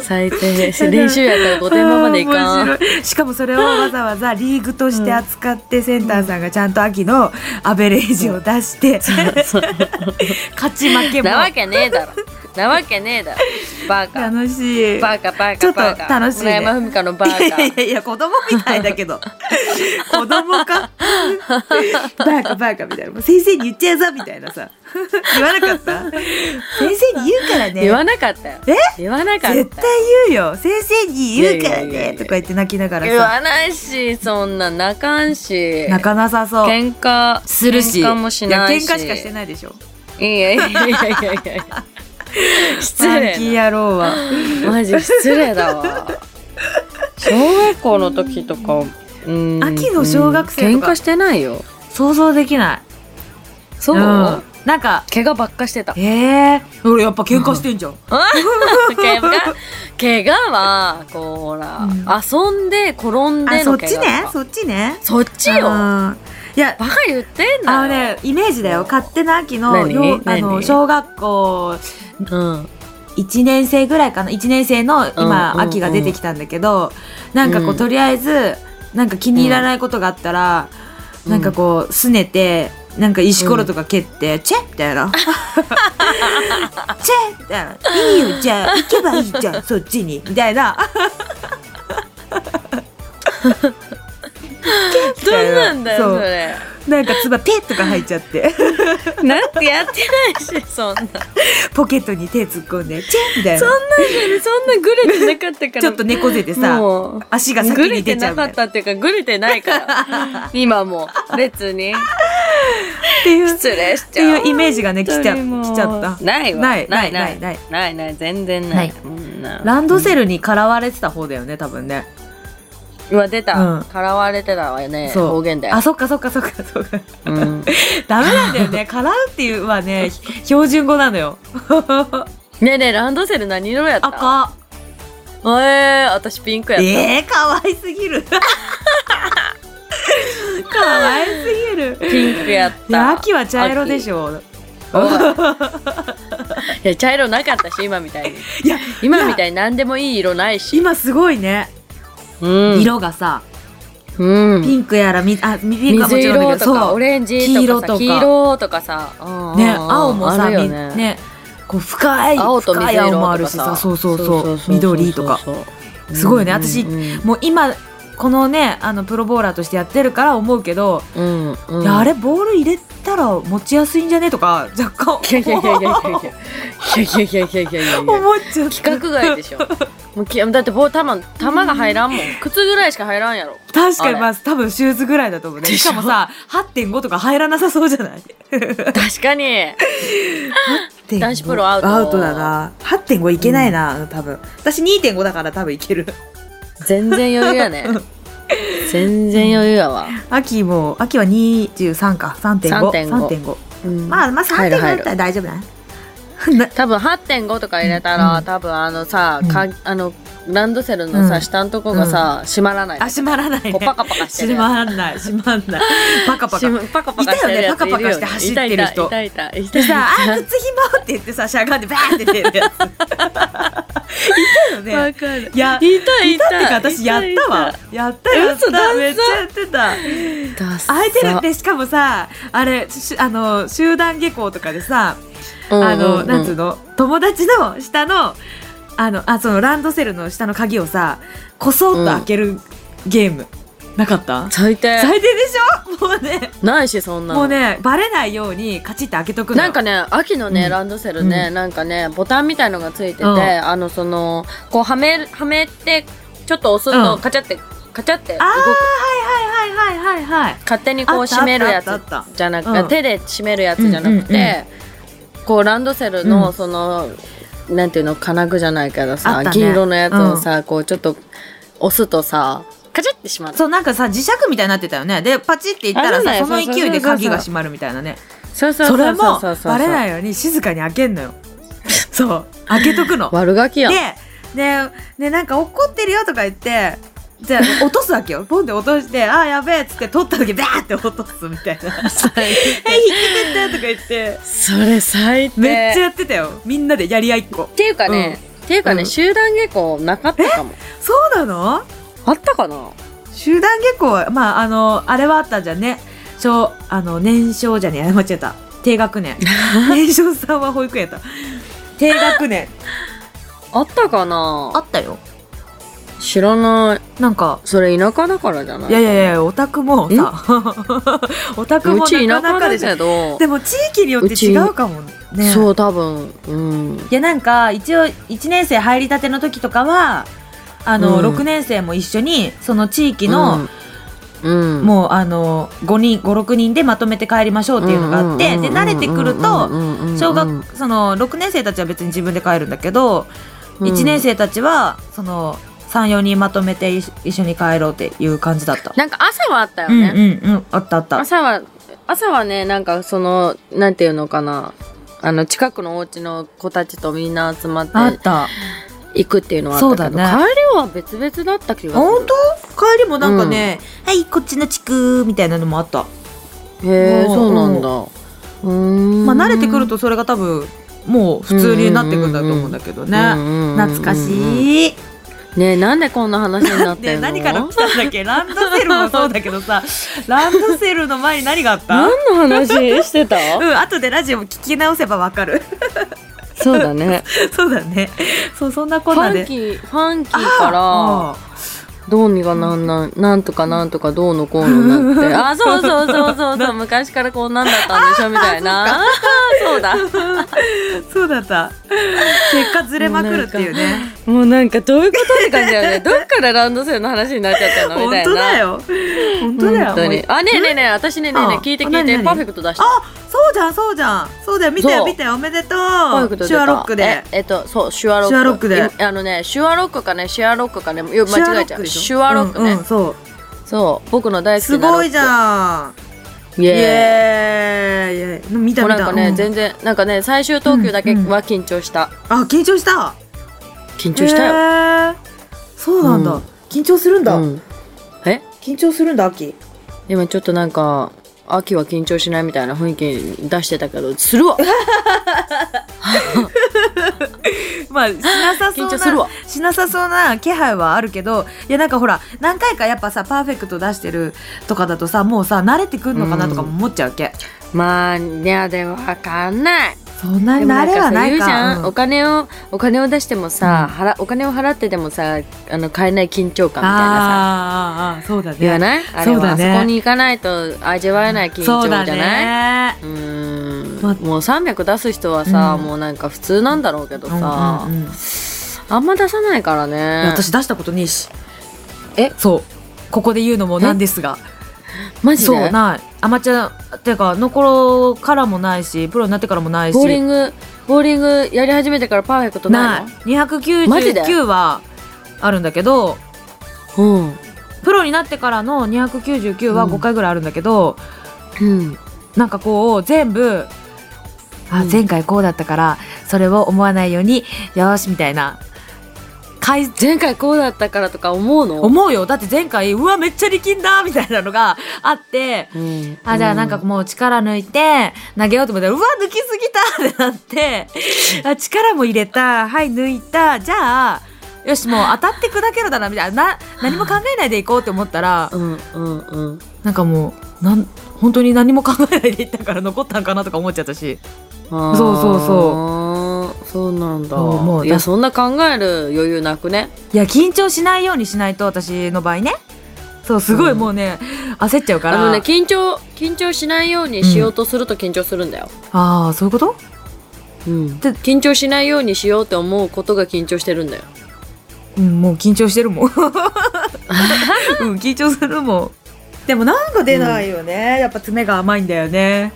Speaker 3: 最低練習やったら御殿場まで行かん
Speaker 2: あー面白いしかもそれをわざわざリーグとして扱ってセンターさんがちゃんと秋のアベレージを出して、勝ち負けも
Speaker 3: なわけねえだろなわけねえだろバカ
Speaker 2: 楽しい
Speaker 3: バカバカバカ
Speaker 2: ちょっと楽しいね
Speaker 3: 村山文香のバカ
Speaker 2: いやいやいや子供みたいだけ
Speaker 3: <laughs>
Speaker 2: ど子供かバカバカみたいなもう先生に言っちゃうぞみたいなさ言わなかった先生に言うからね
Speaker 3: 言わなかったよ
Speaker 2: え
Speaker 3: 言わなかった
Speaker 2: 絶対言うよ先生に言うから
Speaker 3: いやいやいや
Speaker 2: ね
Speaker 3: いや
Speaker 2: とか言って泣きながら
Speaker 3: 言
Speaker 2: さ
Speaker 3: わないしそんな泣かんし
Speaker 2: 泣かなさそう
Speaker 3: 喧嘩
Speaker 2: するし
Speaker 3: 喧嘩もしないし
Speaker 2: や喧嘩しかしてないでしょ
Speaker 3: いやいやいやいやいやいや失
Speaker 2: ファンキ
Speaker 3: 礼
Speaker 2: ー野郎は
Speaker 3: なマジ失礼だわ小学校の時とかうん
Speaker 2: 秋の小学生とか
Speaker 3: 喧嘩してないよ
Speaker 2: 想像できない
Speaker 3: そう、
Speaker 2: んなんか
Speaker 3: 怪我ばっかし
Speaker 2: <laughs>
Speaker 3: てた
Speaker 2: ええ俺やっぱ喧嘩してんじゃん、
Speaker 3: 怪我怪我はこうほら、
Speaker 2: うん
Speaker 3: 遊んで転ん
Speaker 2: あ
Speaker 3: で
Speaker 2: そ
Speaker 3: の
Speaker 2: っ
Speaker 3: 怪
Speaker 2: ち
Speaker 3: 我と
Speaker 2: ね
Speaker 3: か
Speaker 2: そっちね
Speaker 3: そっちよバ
Speaker 2: うんいや
Speaker 3: カ言ってん
Speaker 2: あの
Speaker 3: だよ
Speaker 2: ねイメージだよ勝手な秋の
Speaker 3: 何
Speaker 2: よあの
Speaker 3: 何
Speaker 2: 小学校
Speaker 3: うん
Speaker 2: 1年生ぐらいかな1年生の今、
Speaker 3: うんうんうん
Speaker 2: 秋が出てきたんだけどなんかこう、
Speaker 3: うん
Speaker 2: とりあえずなんか気に入らないことがあったら、
Speaker 3: うん
Speaker 2: なんかこうすねてなんか石ころとか蹴って「チェッ!」みたい
Speaker 3: <laughs>
Speaker 2: な「チェッ!」みたいな「いいよじゃあ行けばいいじゃんそっちに」みたいな。
Speaker 3: どうなんだよ
Speaker 2: そ
Speaker 3: そうれ
Speaker 2: なんかつばペッとか入っちゃって
Speaker 3: なんてやってないしそんなそんな
Speaker 2: ポケットに手突っ込んでチェッみたいな
Speaker 3: そんなグレてなかったから
Speaker 2: ちょっと猫背でさ
Speaker 3: もう
Speaker 2: 足が先
Speaker 3: グレ
Speaker 2: に
Speaker 3: て
Speaker 2: 出ちゃ
Speaker 3: な
Speaker 2: うみ
Speaker 3: か
Speaker 2: たい
Speaker 3: <laughs> ったっていうかグレてないから今もう列に
Speaker 2: っていうっ
Speaker 3: 失礼しち
Speaker 2: て
Speaker 3: ゃう
Speaker 2: いうイメージがね来ちゃ来ちゃった
Speaker 3: ないわ
Speaker 2: ない
Speaker 3: ない
Speaker 2: な
Speaker 3: ない
Speaker 2: な
Speaker 3: いないいない全然ない
Speaker 2: ない
Speaker 3: うんな
Speaker 2: ランドセルにからわれてた方だよね多分ね
Speaker 3: うわ出た、
Speaker 2: うん
Speaker 3: からわれてたわよね
Speaker 2: そう
Speaker 3: 方言だよ
Speaker 2: あそっかそっかそっか <laughs> そっか
Speaker 3: うん
Speaker 2: ダメなんだよね「からう」っていうはねひ標準語なのよ
Speaker 3: ねえねえランドセル何色やった
Speaker 2: 赤
Speaker 3: えー、私ピンクやった、
Speaker 2: ええー、かわいすぎる <laughs> かわいすぎる
Speaker 3: ピンクやっ
Speaker 2: いや
Speaker 3: た
Speaker 2: 秋は茶色でしょ
Speaker 3: おいいや茶色なかったし今みたいに
Speaker 2: いや
Speaker 3: 今みたいに何でもいい色ないし、
Speaker 2: 今すごいね、
Speaker 3: うん、
Speaker 2: 色がさ
Speaker 3: うん
Speaker 2: ピンクやらみあみピンクはもち
Speaker 3: 水
Speaker 2: ろんだ
Speaker 3: 色
Speaker 2: けど
Speaker 3: とか
Speaker 2: そ
Speaker 3: オ
Speaker 2: う
Speaker 3: レンジ
Speaker 2: 黄色
Speaker 3: と
Speaker 2: とか
Speaker 3: かさ黄色とかさ、うんうんうん
Speaker 2: ね青もさ
Speaker 3: あるよ
Speaker 2: み
Speaker 3: ね
Speaker 2: ねこう深い
Speaker 3: 青と
Speaker 2: 深
Speaker 3: 水
Speaker 2: い
Speaker 3: 色
Speaker 2: 青
Speaker 3: と
Speaker 2: もあ
Speaker 3: か
Speaker 2: る
Speaker 3: さ
Speaker 2: しさそうそうそう緑とか
Speaker 3: そうそうそう
Speaker 2: すごいね私
Speaker 3: うんうん
Speaker 2: もう今このねあのプロボーラーとしてやってるから思うけど、
Speaker 3: うんうん
Speaker 2: いやあれボール入れたら持ちやすいんじゃねとか若
Speaker 3: いや
Speaker 2: 干
Speaker 3: いやいやいやいやいやいやいやいやいやいやいやいや
Speaker 2: 思っちゃった
Speaker 3: 規格外でしょもうきだって棒玉玉が入らんもん靴ぐらいしか入らんやろ
Speaker 2: 確か
Speaker 3: あ
Speaker 2: に
Speaker 3: れ
Speaker 2: まあ多分シューズぐらいだと思うね
Speaker 3: で
Speaker 2: し
Speaker 3: しょ
Speaker 2: かもさ8.5とか入らなさそうじゃない
Speaker 3: 確かに男子プロアウト
Speaker 2: アウトだな8.5いけないな、多分私2.5だから多分い
Speaker 3: <laughs>
Speaker 2: ける
Speaker 3: 全然余裕やね全然余裕やわ、
Speaker 2: 秋も秋は23か
Speaker 3: 3.5
Speaker 2: 3.53.5
Speaker 3: うん
Speaker 2: まあまあ3.5
Speaker 3: 入る
Speaker 2: だ
Speaker 3: 入
Speaker 2: っ
Speaker 3: る
Speaker 2: たら大丈夫だなな
Speaker 3: 多分8.5とか入れたら、
Speaker 2: うん
Speaker 3: 多分あのさ、
Speaker 2: うん
Speaker 3: かあのランドセルのさ、
Speaker 2: うん
Speaker 3: 下のとこがさ、閉まらない
Speaker 2: あ閉まらないね
Speaker 3: こうパカパカしてる
Speaker 2: 閉まらない閉まん
Speaker 3: <laughs>
Speaker 2: ないパカパカ
Speaker 3: しパカパカしてるや
Speaker 2: いたよねパ
Speaker 3: つ
Speaker 2: カパカして走ってる人
Speaker 3: いたいたいた
Speaker 2: で
Speaker 3: いた
Speaker 2: さ「あー靴ひも」って言ってさしゃがんでバーンって出るやついたよね
Speaker 3: <laughs> わかる
Speaker 2: いや
Speaker 3: いたい
Speaker 2: いた
Speaker 3: た
Speaker 2: ってか私やったわやったやっ
Speaker 3: 嘘ダ
Speaker 2: た
Speaker 3: サ
Speaker 2: めっちゃやってた空
Speaker 3: 空
Speaker 2: いてるってしかもさあれしあの集団下校とかでさあの、なんつうの友達の下のあのあそのランドセルの下の鍵をさこそっと開けるゲーム、なかった
Speaker 3: 最低
Speaker 2: 最低でしょもうね
Speaker 3: ないしそんなの
Speaker 2: もうねバレないようにカチッて開けとくのよ
Speaker 3: なんかね秋のね、
Speaker 2: うん
Speaker 3: ランドセルね、
Speaker 2: う
Speaker 3: なんかねボタンみたいのがついてて、
Speaker 2: うん
Speaker 3: あのそのこうはめるはめてちょっと押す
Speaker 2: う
Speaker 3: と
Speaker 2: ん
Speaker 3: カチャってカチャって動く
Speaker 2: あーはいはいはいはいはいはい
Speaker 3: 勝手にこ
Speaker 2: あ
Speaker 3: う
Speaker 2: った
Speaker 3: 閉めるやつ
Speaker 2: あったあった
Speaker 3: じゃなく
Speaker 2: うん
Speaker 3: 手で閉めるやつじゃなく
Speaker 2: うんうん
Speaker 3: て、こうランドセル
Speaker 2: うん
Speaker 3: のその、なんていうの金具じゃないから
Speaker 2: あ
Speaker 3: さ、
Speaker 2: ったね
Speaker 3: 黄色のやつをさ、こうちょっと押すとさカチャってしまう
Speaker 2: そうなんかさ磁石みたいになってたよねでパチっていったら
Speaker 3: あるの
Speaker 2: さ
Speaker 3: よ
Speaker 2: その勢いで
Speaker 3: そうそうそうそう
Speaker 2: 鍵が閉まるみたいなね
Speaker 3: そうそう
Speaker 2: それ
Speaker 3: そうそ
Speaker 2: も
Speaker 3: うそうそう
Speaker 2: バレないように静かに開けんのよそう開けとくの
Speaker 3: 悪ガキやん
Speaker 2: で、ね、ね、なんか怒ってるよとか言って、じゃあ落とすわけよ。ポンって落として、あーやべえっつって取った時バーって落とすみたい
Speaker 3: <laughs>
Speaker 2: な。え、引っかかったとか言って、
Speaker 3: それ最低
Speaker 2: めっちゃやってたよ。みんなでやり合いっこ
Speaker 3: っ。ていうかね、っていうかね、
Speaker 2: うん
Speaker 3: 集団下校なかったかも
Speaker 2: そうなの
Speaker 3: あったかな
Speaker 2: 集団下校は、まあ、あの、あれはあったんじゃんね。小、あの、年少じゃねえ、間違えた。低学年。年少さんは保育園やった。低学年。
Speaker 3: あったかな
Speaker 2: ったよ。
Speaker 3: 知らない
Speaker 2: なんか、
Speaker 3: それ田舎だからじゃない
Speaker 2: いやいやいや、オタクもさ、オタク
Speaker 3: う
Speaker 2: も
Speaker 3: ち
Speaker 2: な
Speaker 3: 田
Speaker 2: かな
Speaker 3: 舎
Speaker 2: か
Speaker 3: だ
Speaker 2: でしょ
Speaker 3: けど
Speaker 2: でも地域によって違うかもね。
Speaker 3: そう多分うん
Speaker 2: いやなんか一応1年生入りたての時とかはあの、
Speaker 3: うん
Speaker 2: 6年生も一緒にその地域の、
Speaker 3: うんうん
Speaker 2: もうあの5人56人でまとめて帰りましょうっていうのがあって、で慣れてくると小学、その6年生たちは別に自分で帰るんだけど、1年
Speaker 3: 生
Speaker 2: 生たちはその34人まとめて一一緒に帰ろうっていう感じだった。
Speaker 3: なんか朝はあったよ
Speaker 2: うんうん
Speaker 3: ね、
Speaker 2: うんあったあった。
Speaker 3: 朝は朝はねなんかそのなんていうのかなあの近くのお家の子たちとみんな集ま
Speaker 2: あ
Speaker 3: っ
Speaker 2: ってた。
Speaker 3: 行くっていうのはあったけど、
Speaker 2: そうだね
Speaker 3: 帰りは別々だった気がする
Speaker 2: 本当帰りもなんかね、はいこっちの地区みたいなのもあった。
Speaker 3: へえ
Speaker 2: もう
Speaker 3: そうなんだうーん
Speaker 2: まあ、慣れてくるとそれが多分もう普通になってくんだと思うんだけどね、懐か
Speaker 3: い
Speaker 2: しい、
Speaker 3: ねえなんでこんな話になって
Speaker 2: で
Speaker 3: んの
Speaker 2: 何から来たんだっけランドセルもそうだけどさランドセルの前に何があったう
Speaker 3: 何の話し
Speaker 2: <laughs>
Speaker 3: てた
Speaker 2: ん後でラジオ聞き直せばわかる
Speaker 3: そうだね
Speaker 2: <laughs> そうだねそうそんな
Speaker 3: フ
Speaker 2: こんな
Speaker 3: ァ
Speaker 2: で
Speaker 3: ンキーファンキーから
Speaker 2: あ
Speaker 3: どうにかなんなんなんとかなんとかどう
Speaker 2: <laughs>
Speaker 3: のこうのなってあそうそうそうそうそう昔からこんなんだったんでしょみたいなそうだ
Speaker 2: そうだった結果ずれまくるっていうね
Speaker 3: もうなんかどういうことって感じだ
Speaker 2: <laughs>
Speaker 3: よねどっからランドセルの話になっちゃったのみ
Speaker 2: 本
Speaker 3: たいな
Speaker 2: 当だよ本当だよ
Speaker 3: 本当に
Speaker 2: もう
Speaker 3: あねえねえねえ私ねねえねえ
Speaker 2: うん
Speaker 3: 聞いて
Speaker 2: あ
Speaker 3: 聞い
Speaker 2: 何
Speaker 3: て
Speaker 2: 何
Speaker 3: パーフェクト出した
Speaker 2: あそうじゃんそうじゃんそうだよ見て
Speaker 3: そう
Speaker 2: 見ておめでとう
Speaker 3: パーフェクト出
Speaker 2: シ
Speaker 3: た
Speaker 2: ュアロックで
Speaker 3: ええっとそうシュアロック
Speaker 2: シュアロックで
Speaker 3: いあのねシュアロックかねシュアロックかねよ間違えちゃうシュアロッ
Speaker 2: で
Speaker 3: ク
Speaker 2: しょ
Speaker 3: ね、
Speaker 2: うんうんそう
Speaker 3: そう僕の大好き
Speaker 2: す
Speaker 3: なロック
Speaker 2: ごいじゃん
Speaker 3: イ
Speaker 2: イ
Speaker 3: エーイ
Speaker 2: エーイイエーイ見た
Speaker 3: もう
Speaker 2: 見
Speaker 3: なん
Speaker 2: た
Speaker 3: かね、
Speaker 2: うん
Speaker 3: 全然なんかね最終投球だけは緊張した、
Speaker 2: あ緊張した
Speaker 3: 緊張したよ、
Speaker 2: よそうなん
Speaker 3: う
Speaker 2: だ
Speaker 3: ん
Speaker 2: 緊張するんだ
Speaker 3: うん、え
Speaker 2: 緊張するんだ秋
Speaker 3: 今ちょっとなんか秋は緊張しないみたいな雰囲気出してたけどするわ
Speaker 2: まあしなさそう
Speaker 3: 緊張する
Speaker 2: な
Speaker 3: わ
Speaker 2: しなさそうな気配はあるけどいやなんかほら何回かやっぱさパーフェクト出してるとかだとさもうさ慣れてくんのかなとかも思っちゃうわけ、
Speaker 3: まあいやでもわかんない
Speaker 2: そんな
Speaker 3: で
Speaker 2: に
Speaker 3: もな
Speaker 2: 慣
Speaker 3: んか
Speaker 2: れは
Speaker 3: さ
Speaker 2: な
Speaker 3: 言
Speaker 2: いう
Speaker 3: じゃ
Speaker 2: か
Speaker 3: ん、
Speaker 2: うん
Speaker 3: お金をお金を出してもさ、払お金を払ってでもさあの買えない緊張感みたいな
Speaker 2: あーあー
Speaker 3: さ
Speaker 2: あーそうだね
Speaker 3: 言わないあれ
Speaker 2: そう
Speaker 3: は
Speaker 2: だ
Speaker 3: あそ
Speaker 2: ね
Speaker 3: こに行かないと味わえない緊張
Speaker 2: そう
Speaker 3: じ
Speaker 2: だ
Speaker 3: ゃない
Speaker 2: ね
Speaker 3: うーん
Speaker 2: ま
Speaker 3: もう300出す人はさ、
Speaker 2: うん
Speaker 3: もうなんか普通なんだろうけどさ、
Speaker 2: うんうんうん
Speaker 3: あんま出さないからね
Speaker 2: 私出したことねえし
Speaker 3: え
Speaker 2: そうここで言うのもなんですが
Speaker 3: マジで
Speaker 2: そうないアマチュアっていうかの頃からもないしプロになってからもないし
Speaker 3: ボーリングボーリングやり始めてからパーフェクトない
Speaker 2: ない
Speaker 3: のマジで
Speaker 2: 299はあるんだけど
Speaker 3: うん
Speaker 2: プロになってからの299は
Speaker 3: うん
Speaker 2: 5回ぐらいあるんだけど、
Speaker 3: うん
Speaker 2: なんかこう全部あ
Speaker 3: うん
Speaker 2: 前回こうだったからそれを思わないようによしみたいな改善
Speaker 3: 前回こうだったからとか思うの
Speaker 2: 思うよだって前回うわめっちゃ力んだみたいなのがあって
Speaker 3: うん
Speaker 2: あじゃあなんかもう力抜いて投げようと思ったらうわ抜きすぎたって
Speaker 3: <laughs>
Speaker 2: なってあ力も入れたはい抜いたじゃあよしもう当たって砕けるだなみたいなな何も考えないでいこうって思ったら
Speaker 3: うんうんうん
Speaker 2: なんかもうなん本当に何も考えないでいったから残ったんかなとか思っちゃったし
Speaker 3: そう
Speaker 2: そう
Speaker 3: うそうなん
Speaker 2: そ
Speaker 3: だ
Speaker 2: うもう
Speaker 3: いやそんな考える余裕なくね
Speaker 2: いや緊張しないようにしないと私の場合ねそうすごい
Speaker 3: うん
Speaker 2: もうね、焦っちゃうか
Speaker 3: あ
Speaker 2: ら
Speaker 3: のね緊張緊張しないようにしようとすると緊張するんだよ、
Speaker 2: ああそういうこと
Speaker 3: うん緊張しないようにしようって思うことが緊張してるんだよ
Speaker 2: うん、もう緊張して
Speaker 3: <laughs>
Speaker 2: るもん。うん、緊張するもん。でもなんか出ないよね、やっぱ爪が甘いんだよね。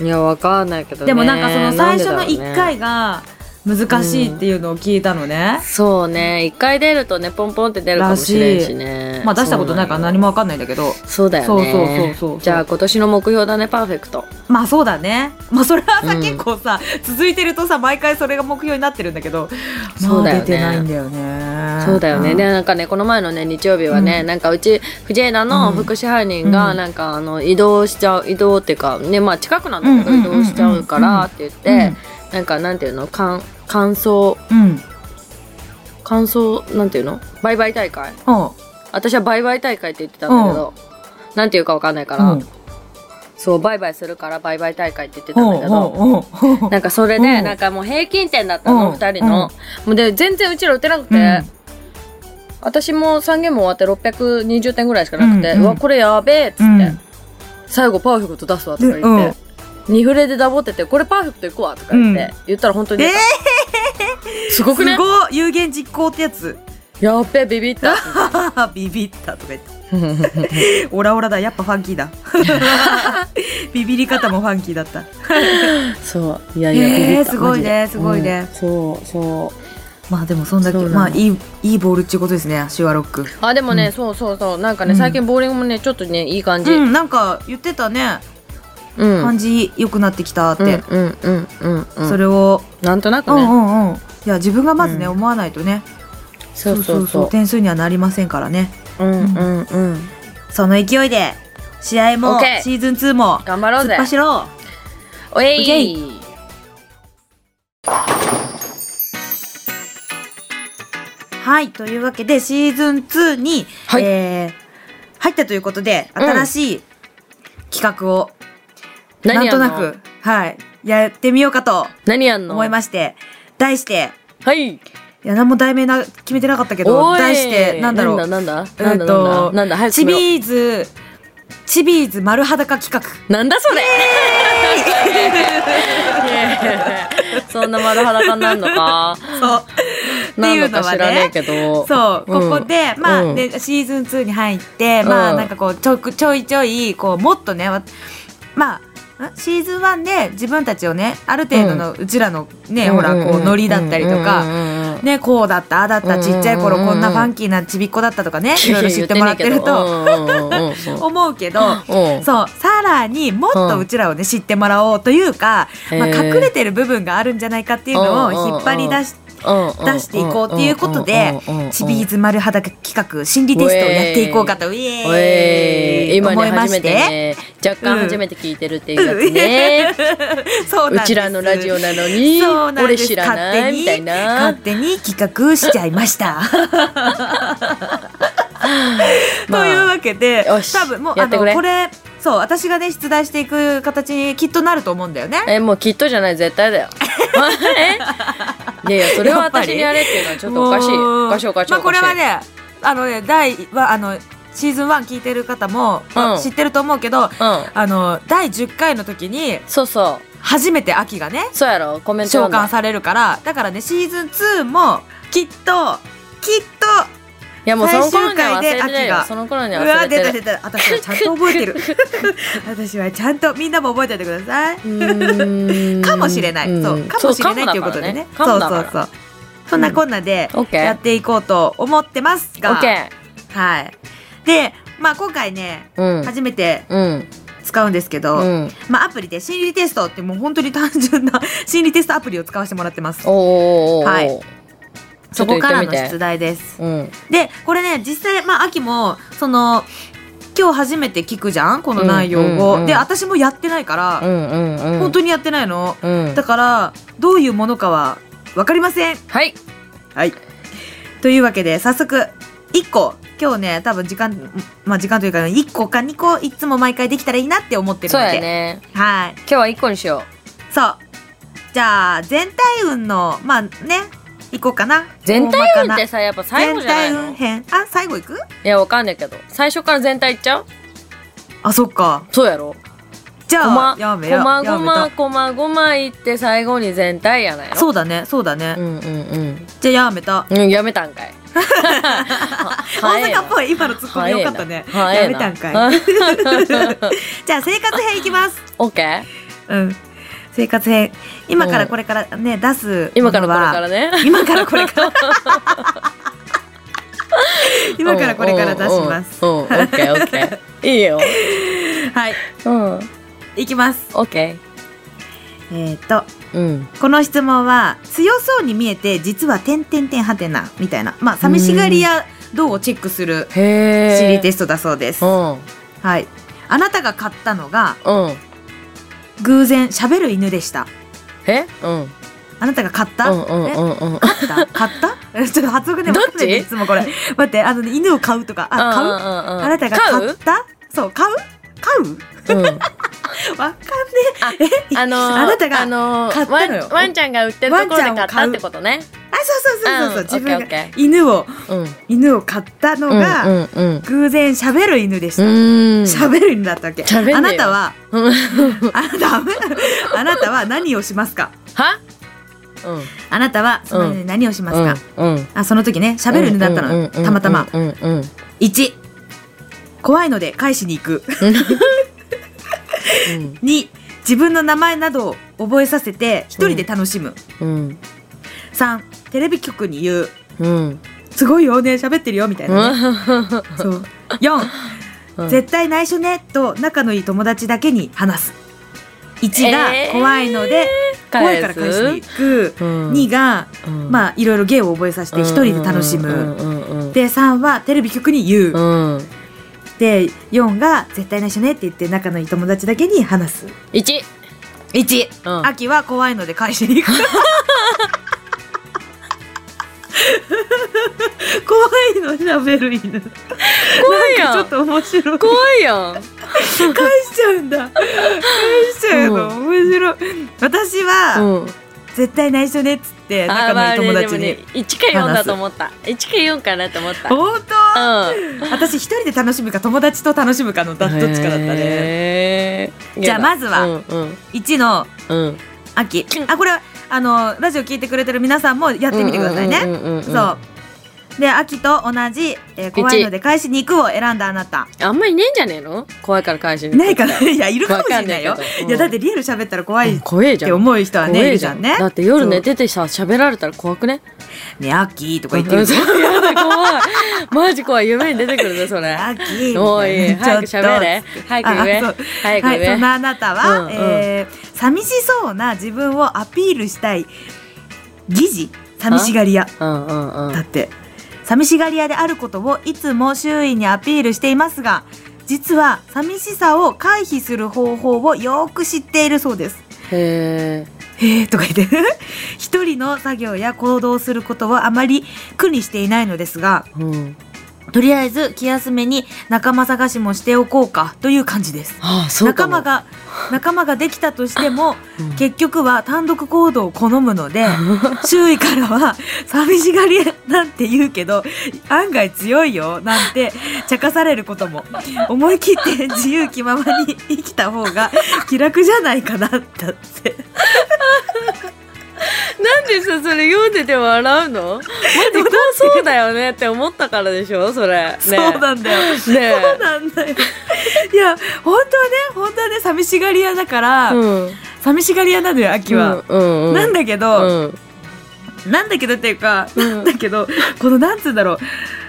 Speaker 3: いやわかんないけどね
Speaker 2: でもなんかその最初の
Speaker 3: なんでだろうね
Speaker 2: 1回が難しいっていうのを聞いたのね。
Speaker 3: そうね一回出るとねポンポンって出るかもしれんしね
Speaker 2: まあ出したことないから何
Speaker 3: も
Speaker 2: もわかんないんだけど。
Speaker 3: そうだよね
Speaker 2: そうそうそうそうそう
Speaker 3: じゃあ今年の目標だねパーフェクト
Speaker 2: まあそうだね。まあそれはさ、
Speaker 3: うん
Speaker 2: 結構さ、続いてるとさ、毎回それが目標になってるんだけど、
Speaker 3: そうだ
Speaker 2: まあ出
Speaker 3: よね
Speaker 2: てないんだよね。
Speaker 3: そうだよね、
Speaker 2: ん
Speaker 3: でなんかねこの前のね日曜日はね、
Speaker 2: うん
Speaker 3: なんかうち藤枝の副支配人が、
Speaker 2: うん
Speaker 3: なんかあの移動しちゃう移動っていうかねまあ近くなんだけど
Speaker 2: うん
Speaker 3: 移動しちゃうからって言って、
Speaker 2: うん
Speaker 3: なんかなんていうの乾乾燥
Speaker 2: うん。
Speaker 3: 乾燥なんていうの売買大会
Speaker 2: うん。
Speaker 3: 私は売買大会って言ってたんだけど、なんていうかわかんないから、
Speaker 2: うん
Speaker 3: そう売買するから売買大会って言ってたんだけど、
Speaker 2: うんうんうん
Speaker 3: なんかそれ
Speaker 2: う
Speaker 3: で、
Speaker 2: ん
Speaker 3: なんかもう平均点だったの、
Speaker 2: うん
Speaker 3: 二人の。もうで、全然うちら打てなくて、
Speaker 2: うん
Speaker 3: 私も3ゲーム終わって620点ぐらいしかなく
Speaker 2: う
Speaker 3: て、うん
Speaker 2: うん
Speaker 3: わ、これやべえっつって、
Speaker 2: うん
Speaker 3: 最後パーフェクト出すわとか言って、二フレでダボってて、これパーフェクトいくわとか言って、
Speaker 2: うん
Speaker 3: 言ったら本当に
Speaker 2: え
Speaker 3: 出た、すごくね
Speaker 2: すごい有言実行ってやつ。
Speaker 3: やっべえ、ビ
Speaker 2: <laughs>
Speaker 3: ビった。
Speaker 2: ビビったとか言ってオラオラだやっぱファンキー
Speaker 3: <laughs>
Speaker 2: だビビり方もファンキーだった
Speaker 3: そう。いやいや、ビビ
Speaker 2: え
Speaker 3: っ
Speaker 2: ー
Speaker 3: た。
Speaker 2: すごいね
Speaker 3: マジです
Speaker 2: ごいね
Speaker 3: うんそう、そう。
Speaker 2: まあでもそんだけ
Speaker 3: そうなの
Speaker 2: まあいいいいボールっちゅうことですねシュワロック
Speaker 3: あ、でもね、そうそうそう。なんかね、
Speaker 2: うん
Speaker 3: 最近ボーリングもね、ちょっとね、いい感じ。
Speaker 2: うんなんか言ってたね
Speaker 3: うん。うん
Speaker 2: 感じ良くなってきたって、
Speaker 3: うんうんうんうん
Speaker 2: それを、
Speaker 3: なんとなく
Speaker 2: うん
Speaker 3: ね、
Speaker 2: うんうんいや自分がまずね、
Speaker 3: うん
Speaker 2: 思わないとね
Speaker 3: そうそうそう
Speaker 2: 点数にはなりませんからね
Speaker 3: うんうんうん。
Speaker 2: その勢いで試合も
Speaker 3: OK
Speaker 2: シーズン2も
Speaker 3: 頑張ろう
Speaker 2: 突っ
Speaker 3: ぜ。
Speaker 2: 走ろう
Speaker 3: おえ
Speaker 2: オッケ
Speaker 3: い。
Speaker 2: はい、というわけでシーズン2に、
Speaker 3: はい
Speaker 2: えー入ったということで
Speaker 3: うん
Speaker 2: 新しい企画をな
Speaker 3: 何
Speaker 2: ん
Speaker 3: や
Speaker 2: と
Speaker 3: んの
Speaker 2: なく、はい、やってみようかと
Speaker 3: 何やんの
Speaker 2: 思いまして、題して
Speaker 3: はい。
Speaker 2: いや何も題名な決めてなかったけど
Speaker 3: おい
Speaker 2: 題してなんだろう
Speaker 3: なんだなんだ
Speaker 2: え
Speaker 3: な
Speaker 2: ー
Speaker 3: んだなんだなんだ早く
Speaker 2: チ
Speaker 3: 決めよう
Speaker 2: ビーズチビーズ丸裸企画
Speaker 3: なんだそれそんな丸裸になるのか
Speaker 2: そうって
Speaker 3: <laughs> ないの
Speaker 2: うの
Speaker 3: か
Speaker 2: は
Speaker 3: 知らねえ
Speaker 2: ね
Speaker 3: けど
Speaker 2: そう
Speaker 3: うん
Speaker 2: ここで、ま
Speaker 3: う
Speaker 2: あ
Speaker 3: ん
Speaker 2: でシーズン2に入って、ま
Speaker 3: う
Speaker 2: あ
Speaker 3: ん
Speaker 2: なんかこうちょくちょいちょいこうもっとねわまあんシーズン1で自分たちをねある程度のうちらのね、ほら
Speaker 3: んんん
Speaker 2: こうノリだったりとか、
Speaker 3: うんうんうん
Speaker 2: ね、こうだったああだったちっちゃい頃こんなファンキーなちびっ子だったとかねいろいろ知ってもらってると
Speaker 3: と
Speaker 2: 思うけど。
Speaker 3: うん
Speaker 2: そうさらにもっとうちらをね、知ってもらおうというか、まあ、
Speaker 3: へー
Speaker 2: 隠れてる部分があるんじゃないかっていうのを引っ張り出し出していこうっていうことでチビーズ丸裸企画心理テストをやっていこうかと、イエーイ
Speaker 3: おえー今
Speaker 2: 思
Speaker 3: ね
Speaker 2: いま
Speaker 3: 初め
Speaker 2: してて、
Speaker 3: ね若干初めて聞いてるっていうやつね、
Speaker 2: そうな
Speaker 3: う
Speaker 2: んです
Speaker 3: ちらのラジオなのに
Speaker 2: そうなん
Speaker 3: 俺
Speaker 2: です
Speaker 3: 知らないみたいな
Speaker 2: 勝手に勝手に企画しちゃいました。
Speaker 3: まあ
Speaker 2: というわけで
Speaker 3: よし
Speaker 2: 多分もう
Speaker 3: や
Speaker 2: あ
Speaker 3: って
Speaker 2: の
Speaker 3: くれ
Speaker 2: これそう私がね出題していく形にきっとなると思うんだよね。
Speaker 3: えもうきっとじゃない絶対だよ <laughs> えいやいやそれは私にやれっていうのはちょっとおかしい
Speaker 2: もう
Speaker 3: おかしいおかしい
Speaker 2: まあ
Speaker 3: お
Speaker 2: こ
Speaker 3: かし
Speaker 2: れ
Speaker 3: い、
Speaker 2: はねあのね第はあのシーズン1聞いてる方も、まあ
Speaker 3: うん
Speaker 2: 知ってると思うけど
Speaker 3: うん
Speaker 2: あの第10回の時に
Speaker 3: そうそ
Speaker 2: 初めて秋がね
Speaker 3: うそうやろコメント
Speaker 2: 召
Speaker 3: 読んだ
Speaker 2: 喚されるからだからねシーズン2もきっときっと
Speaker 3: いやもうその
Speaker 2: 最
Speaker 3: 頃には忘
Speaker 2: 終回
Speaker 3: れ
Speaker 2: で
Speaker 3: てない
Speaker 2: 秋
Speaker 3: よ
Speaker 2: が
Speaker 3: その頃には
Speaker 2: うわ
Speaker 3: 忘れ
Speaker 2: 出た
Speaker 3: て
Speaker 2: 出
Speaker 3: る
Speaker 2: た私はちゃんと覚えてる <laughs> 私はちゃんとみんなも覚えておいてください。か
Speaker 3: か
Speaker 2: もしれない、そうかもしれないということでねそうそうそうそんなこんなで
Speaker 3: オッケー
Speaker 2: やっていこうと思ってます
Speaker 3: オ
Speaker 2: が、
Speaker 3: ッケ
Speaker 2: はいでまあ今回ね
Speaker 3: ー
Speaker 2: 初めて
Speaker 3: うん
Speaker 2: 使うんですけど、
Speaker 3: うんうん
Speaker 2: まあアプリで心理テストってもう本当に単純な <laughs> 心理テストアプリを使わせてもらってます
Speaker 3: おーおーおーおー
Speaker 2: はい
Speaker 3: ちょ
Speaker 2: そ
Speaker 3: っと
Speaker 2: こ
Speaker 3: 言
Speaker 2: から
Speaker 3: っ
Speaker 2: の
Speaker 3: てみ
Speaker 2: 出
Speaker 3: て
Speaker 2: 題です
Speaker 3: うん
Speaker 2: でこれね実際まあ秋もその今日初めて聞くじゃんこの内容を、
Speaker 3: うんうんうん
Speaker 2: で私もやってないから、
Speaker 3: うんうんうん
Speaker 2: 本当にやってないの、
Speaker 3: うん
Speaker 2: だからどういうものかは分かりません
Speaker 3: はい
Speaker 2: はい。というわけで、早速、1個、今日ね、多分時間、まあ時間というか、1個か2個、いつも毎回できたらいいなって思ってる
Speaker 3: そ
Speaker 2: の
Speaker 3: う
Speaker 2: で。
Speaker 3: やね
Speaker 2: はい。
Speaker 3: 今日は一個にしよ
Speaker 2: そう。じゃあ、全体運の、まあね、行こうかな。
Speaker 3: う全体
Speaker 2: 大ま
Speaker 3: 運
Speaker 2: かな
Speaker 3: ってさやっぱ最後じゃない
Speaker 2: 全体運
Speaker 3: の
Speaker 2: 編。あ、最後行く
Speaker 3: いやわかんないけど最初から全体いっちゃう
Speaker 2: あ、そっか。
Speaker 3: そうやろ
Speaker 2: じ
Speaker 3: ご
Speaker 2: ゃ
Speaker 3: ま
Speaker 2: あ、やめ
Speaker 3: ご
Speaker 2: よ
Speaker 3: ま
Speaker 2: う。や
Speaker 3: ご
Speaker 2: め
Speaker 3: ま
Speaker 2: た。
Speaker 3: ごまごまいって最後に全体やないの
Speaker 2: そうだね、そうだね。
Speaker 3: うんうん
Speaker 2: じゃあ、やめた。
Speaker 3: うんうんやめたん
Speaker 2: <laughs>
Speaker 3: かい
Speaker 2: 大
Speaker 3: 大
Speaker 2: 阪っぽい、今のツッコミよかったね。やめたんかい。
Speaker 3: <laughs> い
Speaker 2: じゃあ、生活編いきます。
Speaker 3: オッケー
Speaker 2: うん。生活編。今からこれからね、出すも
Speaker 3: 今
Speaker 2: のは。
Speaker 3: からこれからね
Speaker 2: 今からこれ
Speaker 3: <laughs>
Speaker 2: から。 <laughs> 今からこれから出します。
Speaker 3: うんうんうんうんオッケーオッケーいいよ
Speaker 2: はい。
Speaker 3: うんオ
Speaker 2: いきます。
Speaker 3: ッケ
Speaker 2: えっ、と、
Speaker 3: ーうん
Speaker 2: この質問は、強そうに見えて、実は点点点はてな、みたいな。まあ、寂しがりやどうをチェックする
Speaker 3: へえ
Speaker 2: 心理テストだそうです。
Speaker 3: うん
Speaker 2: はい。あなたが買ったのが、
Speaker 3: うん
Speaker 2: 偶然喋る犬でした。
Speaker 3: えうん
Speaker 2: あなたが買った、
Speaker 3: うんうんうんうんうん
Speaker 2: 買った買った <laughs> ちょっと発音がね、
Speaker 3: どっち
Speaker 2: わかんないねいつもこれ。待って、あのね、犬を買うとか、あ、買う
Speaker 3: あ
Speaker 2: あなたが
Speaker 3: 買
Speaker 2: 買っ
Speaker 3: う
Speaker 2: たそう、買う買う <laughs>
Speaker 3: うん
Speaker 2: わかんねえ。
Speaker 3: あのー
Speaker 2: あなたが
Speaker 3: あのー
Speaker 2: 買ったのよ
Speaker 3: ワンワンちゃんが売ってるところで買ったってことね
Speaker 2: あ、そうそうそうそうそう、
Speaker 3: うん
Speaker 2: 自分
Speaker 3: オッケーオッ
Speaker 2: が犬を
Speaker 3: うん
Speaker 2: 犬を飼ったの
Speaker 3: うん
Speaker 2: が、
Speaker 3: うんうん
Speaker 2: 偶然喋る犬でした。
Speaker 3: うん
Speaker 2: 喋る犬だったわけ。
Speaker 3: 喋んねえよ
Speaker 2: あなたは
Speaker 3: うん
Speaker 2: あなたはあなたは何をしますか。
Speaker 3: <laughs> はうん
Speaker 2: あなたはその犬に何をしますか。
Speaker 3: うんうん
Speaker 2: あ、その時ね喋る犬だった
Speaker 3: うんう
Speaker 2: の
Speaker 3: んうんうん
Speaker 2: たまたま
Speaker 3: うんうん
Speaker 2: 一怖いので返しに行く
Speaker 3: うん
Speaker 2: 二自分の名前などを覚えさせて一人で楽しむ
Speaker 3: うん
Speaker 2: 三テレビ局に言う
Speaker 3: うん
Speaker 2: すごいよね喋ってるよみたいな、ね、
Speaker 3: う
Speaker 2: そう四
Speaker 3: ん
Speaker 2: 絶対内緒ねと仲のいい友達だけに話す1
Speaker 3: え
Speaker 2: が
Speaker 3: ー
Speaker 2: 怖いので、怖いから返しに行く、
Speaker 3: うん
Speaker 2: 2が、
Speaker 3: うん
Speaker 2: まあいろいろ芸を覚えさせて一人で楽しむ、
Speaker 3: うんうんうんうん
Speaker 2: で3はテレビ局に言う、
Speaker 3: うん
Speaker 2: で4が絶対内緒ねって言って仲のいい友達だけに話す
Speaker 3: 一
Speaker 2: 1、
Speaker 3: うん
Speaker 2: 秋は怖いので返しに行く怖いの喋る犬
Speaker 3: 怖いや
Speaker 2: ちょっ
Speaker 3: ん
Speaker 2: と面白い
Speaker 3: 怖いやん
Speaker 2: 返しちゃうんだ返しちゃうの、面白い私は、
Speaker 3: うん
Speaker 2: 絶対内緒ねっつって仲のいい友達に、
Speaker 3: 1か4だと思った1か4かなと思った
Speaker 2: 本当
Speaker 3: うん
Speaker 2: 私一人で楽しむか友達と楽しむかのどどっちかだったね
Speaker 3: ね
Speaker 2: じゃあまずは
Speaker 3: うんうん
Speaker 2: 1の
Speaker 3: うん
Speaker 2: 秋あこれはあのラジオ聞いてくれてる皆さんもやってみてくださいね、
Speaker 3: うんうんうんうん
Speaker 2: そうで秋と同じ、えー怖いので返しに行くを選んだあなた
Speaker 3: あんまりいねえんじゃねえの怖いから返しに
Speaker 2: ないかないやいるかもしれないよ
Speaker 3: わかんないけどうん
Speaker 2: いやだってリアル喋ったら怖いっ
Speaker 3: 怖えじ
Speaker 2: て
Speaker 3: ゃん
Speaker 2: 思う人は
Speaker 3: 怖
Speaker 2: ねい
Speaker 3: え
Speaker 2: るじゃんね
Speaker 3: だって夜寝
Speaker 2: て
Speaker 3: ててさ喋られたら怖くね
Speaker 2: ね秋とか言ってるぞ
Speaker 3: うんやだ怖いマジ怖い夢に出てくるねそれ
Speaker 2: 秋
Speaker 3: おい
Speaker 2: みた
Speaker 3: 早
Speaker 2: な
Speaker 3: く喋れ早く言え
Speaker 2: あそう
Speaker 3: 早く
Speaker 2: は
Speaker 3: 言
Speaker 2: い、
Speaker 3: え
Speaker 2: そんなあなたは、
Speaker 3: うんうん
Speaker 2: えー寂しそうな自分をアピールしたい疑似寂しがり屋
Speaker 3: うんうんうん
Speaker 2: だって寂しがり屋であることをいつも周囲にアピールしていますが実は寂しさを回避する方法をよく知っているそうです。
Speaker 3: へえ
Speaker 2: へえとか言って <laughs> 一人の作業や行動をすることはあまり苦にしていないのですが
Speaker 3: うん
Speaker 2: とりあえず気休めに仲間探しもしておこうかという感じです。
Speaker 3: ああそうか
Speaker 2: 仲
Speaker 3: も
Speaker 2: 間が仲間ができたとしても
Speaker 3: うん
Speaker 2: 結局は単独行動を好むの
Speaker 3: <laughs>
Speaker 2: で周囲からは寂しがり屋なんて言うけど案外強いよなんて茶化されることも思い切って自由気ままに生きた方が気楽じゃないかなだって
Speaker 3: なんでさそれ読んでて笑うのマジこうそうだよねって思ったからでしょそれ、ね、
Speaker 2: そうなんだよ。
Speaker 3: ね
Speaker 2: そうなんだよ。いや、本当はね、本当はね、寂しがり屋だから、
Speaker 3: うん
Speaker 2: 寂しがり屋なのよ、秋は。
Speaker 3: うんうん、
Speaker 2: なん
Speaker 3: だ
Speaker 2: だけど、なんだけどっていうか、
Speaker 3: うん
Speaker 2: なんだけどこのなんつうんだろう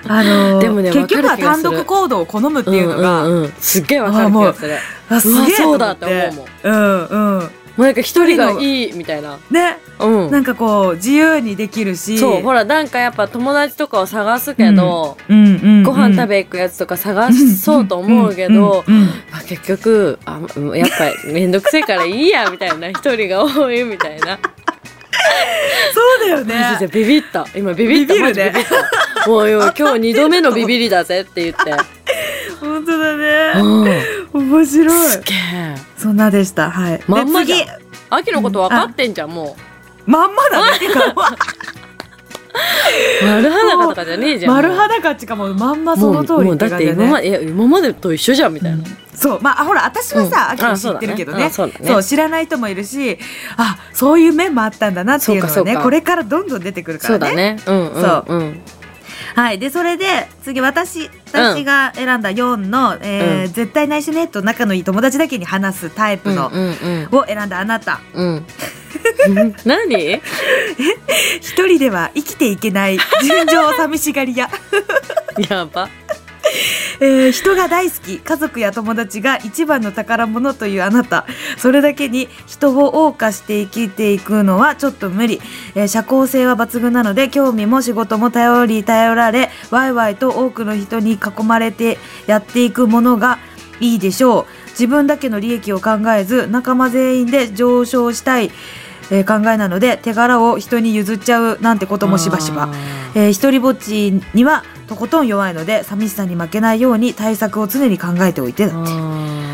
Speaker 2: あのー
Speaker 3: でもね
Speaker 2: 結局は
Speaker 3: わかる気がす
Speaker 2: 単
Speaker 3: る
Speaker 2: 独行動を好むっていうのが、
Speaker 3: んうんんすっげえわかる気がする
Speaker 2: あすげえと
Speaker 3: うわそう
Speaker 2: 思
Speaker 3: だ
Speaker 2: っ
Speaker 3: ってて思う
Speaker 2: うんうん
Speaker 3: もうなんか一人がいいみたいな
Speaker 2: ね、
Speaker 3: うん
Speaker 2: なんかこう自由にできるし
Speaker 3: そうほらなんかやっぱ友達とかを探すけど、
Speaker 2: うんうんうん
Speaker 3: ご飯食べ行くやつとか探そうと思うけど、
Speaker 2: うんうんうん
Speaker 3: あ結局あうんやっぱりめんどくせえからいいやみたいな一人が多いみたいな
Speaker 2: そうだよ
Speaker 3: マジで
Speaker 2: ね
Speaker 3: ビビった今ビビった
Speaker 2: ビビる
Speaker 3: マジ
Speaker 2: ね
Speaker 3: ビビったもうよ今日二度目のビビりだぜって言って、
Speaker 2: 本当だね
Speaker 3: うん、
Speaker 2: 面白
Speaker 3: す
Speaker 2: い
Speaker 3: げえ
Speaker 2: そんなでしたはい
Speaker 3: まんまじゃん
Speaker 2: で次
Speaker 3: 秋のこと分かってんじゃんも
Speaker 2: まんまだねて
Speaker 3: <laughs>
Speaker 2: か
Speaker 3: う丸裸とかじゃねえじゃん
Speaker 2: 丸
Speaker 3: もう
Speaker 2: 裸っちかもうまんま
Speaker 3: も
Speaker 2: そうの通り
Speaker 3: も
Speaker 2: っ
Speaker 3: うだ
Speaker 2: て
Speaker 3: っ
Speaker 2: 感
Speaker 3: て
Speaker 2: じだ
Speaker 3: 今ま
Speaker 2: ね
Speaker 3: でいや今までと一緒じゃんみたいな、
Speaker 2: そうまあほら私はさ、
Speaker 3: うん
Speaker 2: 秋も
Speaker 3: あ
Speaker 2: 知
Speaker 3: そう
Speaker 2: っ
Speaker 3: だ
Speaker 2: て
Speaker 3: ね
Speaker 2: るけど
Speaker 3: あ
Speaker 2: ね
Speaker 3: そうだね
Speaker 2: そう知らない人もいるしあそういう面もあったんだなっていうの
Speaker 3: そ
Speaker 2: は
Speaker 3: うか
Speaker 2: ね
Speaker 3: そうか
Speaker 2: これからどんどん出てくるか
Speaker 3: そ
Speaker 2: ら
Speaker 3: うだ
Speaker 2: ね
Speaker 3: ねうんうん
Speaker 2: そう
Speaker 3: うん
Speaker 2: はいでそれで次私私が選んだ4の、えー
Speaker 3: うん
Speaker 2: 絶対内緒ねと仲のいい友達だけに話すタイプの、
Speaker 3: うんうん
Speaker 2: を選んだあなた
Speaker 3: うんうん <laughs> 何 <laughs>
Speaker 2: 一人では生きていけない純情寂しがり屋、
Speaker 3: やば
Speaker 2: えー人が大好き家族や友達が一番の宝物というあなたそれだけに人を謳歌して生きていくのはちょっと無理、えー社交性は抜群なので興味も仕事も頼り頼られワイワイと多くの人に囲まれてやっていくものがいいでしょう自分だけの利益を考えず仲間全員で上昇したい、えー考えなので手柄を人に譲っちゃうなんてこともしばしば
Speaker 3: あー
Speaker 2: えー、一人ぼっちにはとことん弱いので寂しさに負けないように対策を常に考えておいてだって
Speaker 3: あ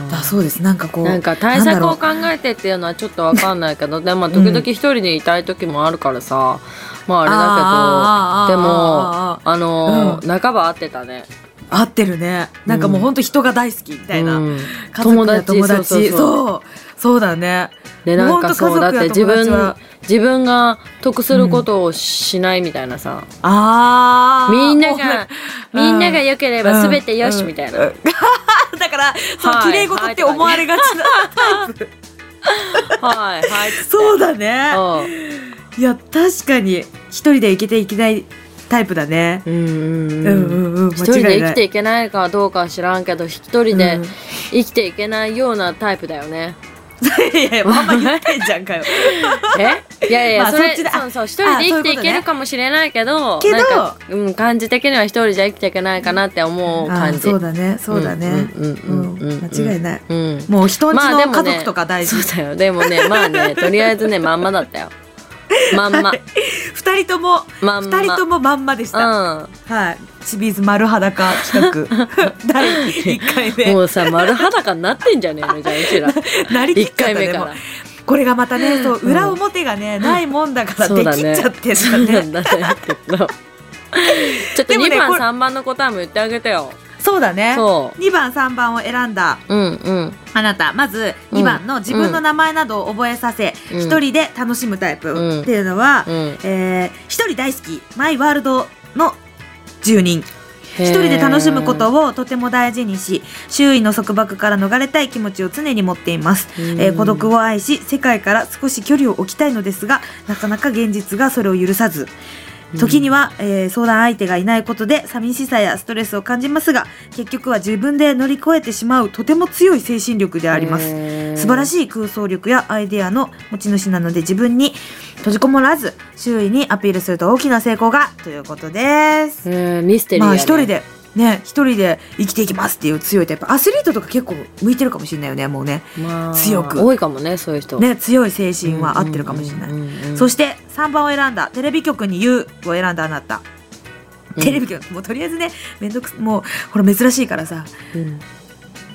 Speaker 3: ー
Speaker 2: だそうですなんかこう
Speaker 3: なんか対策を考えてっていうのはちょっとわかんないけど、でもまあ時々一人でいたい時もあるからさ、まああれだけど、でも、
Speaker 2: あ
Speaker 3: あのー、
Speaker 2: う
Speaker 3: 半ば合ってたね。
Speaker 2: ー合ってるねなんかもう本当人が大好きみたいな、
Speaker 3: うん
Speaker 2: 家族や友
Speaker 3: 友
Speaker 2: 達
Speaker 3: 達
Speaker 2: そう
Speaker 3: そうそう
Speaker 2: そうだね
Speaker 3: で、なんかそ
Speaker 2: ほ
Speaker 3: う、
Speaker 2: んと
Speaker 3: だ
Speaker 2: 家族や
Speaker 3: って自
Speaker 2: 友達は
Speaker 3: 分、自分が得することをしないみたいなさ、
Speaker 2: あー
Speaker 3: みんな
Speaker 2: も
Speaker 3: が、
Speaker 2: ううん
Speaker 3: みんなが良ければ全てよし
Speaker 2: うん
Speaker 3: みたいな。
Speaker 2: うん <laughs> だからそう、
Speaker 3: はい
Speaker 2: 綺麗事って思われがちなタイプ
Speaker 3: はい、はい。
Speaker 2: <laughs> そうだね
Speaker 3: う
Speaker 2: いや確かに一人で生きていけないタイプだね
Speaker 3: んうん
Speaker 2: う
Speaker 3: うんうんん
Speaker 2: うんうん
Speaker 3: 一人で生きて
Speaker 2: い
Speaker 3: いけないかどうかは知らんけど一人で生きていけないようなタイプだよ
Speaker 2: <laughs>
Speaker 3: ね。
Speaker 2: いやいや、まんま言ってんじゃん
Speaker 3: <laughs>
Speaker 2: かよ。
Speaker 3: えいやいや、
Speaker 2: まあ
Speaker 3: それ
Speaker 2: そっちだ
Speaker 3: そうそう一人で生きていけるかもしれないけど
Speaker 2: あそういうことね
Speaker 3: なんか、うん、感じ的には一人じゃ生きていけないかなって思
Speaker 2: あ
Speaker 3: う感
Speaker 2: ー
Speaker 3: じ。
Speaker 2: そうだね、そうだね。
Speaker 3: うんうんうんうん
Speaker 2: うん間違いない。
Speaker 3: うん
Speaker 2: もう人んち
Speaker 3: まあで
Speaker 2: の
Speaker 3: も
Speaker 2: 家
Speaker 3: ね
Speaker 2: 族とか大事。
Speaker 3: そうだよでもねまあねとりあえずねまんまだったよまんま
Speaker 2: 二、人とも、
Speaker 3: まんま
Speaker 2: 二人ともまんまでした。はい。チビーズ丸裸企
Speaker 3: <laughs>
Speaker 2: 画。第一回
Speaker 3: うん、も
Speaker 2: 目。
Speaker 3: うさ丸裸になってんじゃねえのじゃあうちら
Speaker 2: <laughs> なりきっ
Speaker 3: 一
Speaker 2: ちゃっ
Speaker 3: 回
Speaker 2: た
Speaker 3: 目
Speaker 2: ね。
Speaker 3: か
Speaker 2: も
Speaker 3: ら
Speaker 2: うこれがまたねそう裏表がね、ないもんだから
Speaker 3: そう
Speaker 2: で
Speaker 3: だ
Speaker 2: き
Speaker 3: ね
Speaker 2: ちゃってん
Speaker 3: そ
Speaker 2: だ
Speaker 3: う <laughs>
Speaker 2: ね
Speaker 3: なんだね。
Speaker 2: <laughs>
Speaker 3: ちょっと
Speaker 2: でも
Speaker 3: 2
Speaker 2: ね
Speaker 3: 番、
Speaker 2: これ
Speaker 3: 3番の答えも言ってあげてよ。
Speaker 2: そうだね
Speaker 3: そ
Speaker 2: 2番3番を選んだ
Speaker 3: う。うんうん。
Speaker 2: あなたまず2番の自分の名前などを覚えさせ
Speaker 3: うん
Speaker 2: 一、人で楽しむタイ
Speaker 3: うん
Speaker 2: プっていうのは、
Speaker 3: うん。
Speaker 2: えー一人大好きマイワールドの住人
Speaker 3: 一
Speaker 2: 一人で楽しむことをとても大事にし周囲の束縛から逃れたい気持ちを常に持っています、えー孤独を愛し世界から少し距離を置きたいのですがなかなか現実がそれを許さず時には、えー相談相手がいないことで寂しさやストレスを感じますが結局は自分で乗り越えてしまうとても強い精神力であります素晴ら
Speaker 3: い。
Speaker 2: しい空想力やアイデアの持ち主なので自分に閉じこもらず周囲にアピールすると大きな成功がということです
Speaker 3: えーミステリー
Speaker 2: ま
Speaker 3: や
Speaker 2: あ
Speaker 3: ね。
Speaker 2: 一人でね一人で生きていきますっていう強いタイプアスリートとか結構向いてるかもしれないよねもうね
Speaker 3: まあ
Speaker 2: 強く
Speaker 3: 多いかもね、そういう人。
Speaker 2: ね強い精神は合ってるかもしれない、
Speaker 3: い
Speaker 2: そ
Speaker 3: し
Speaker 2: して3番を選んだテレビ局に「言う」を選んだあなた、テレビ局もうとりあえずねめんどくさもうほら珍しいからさ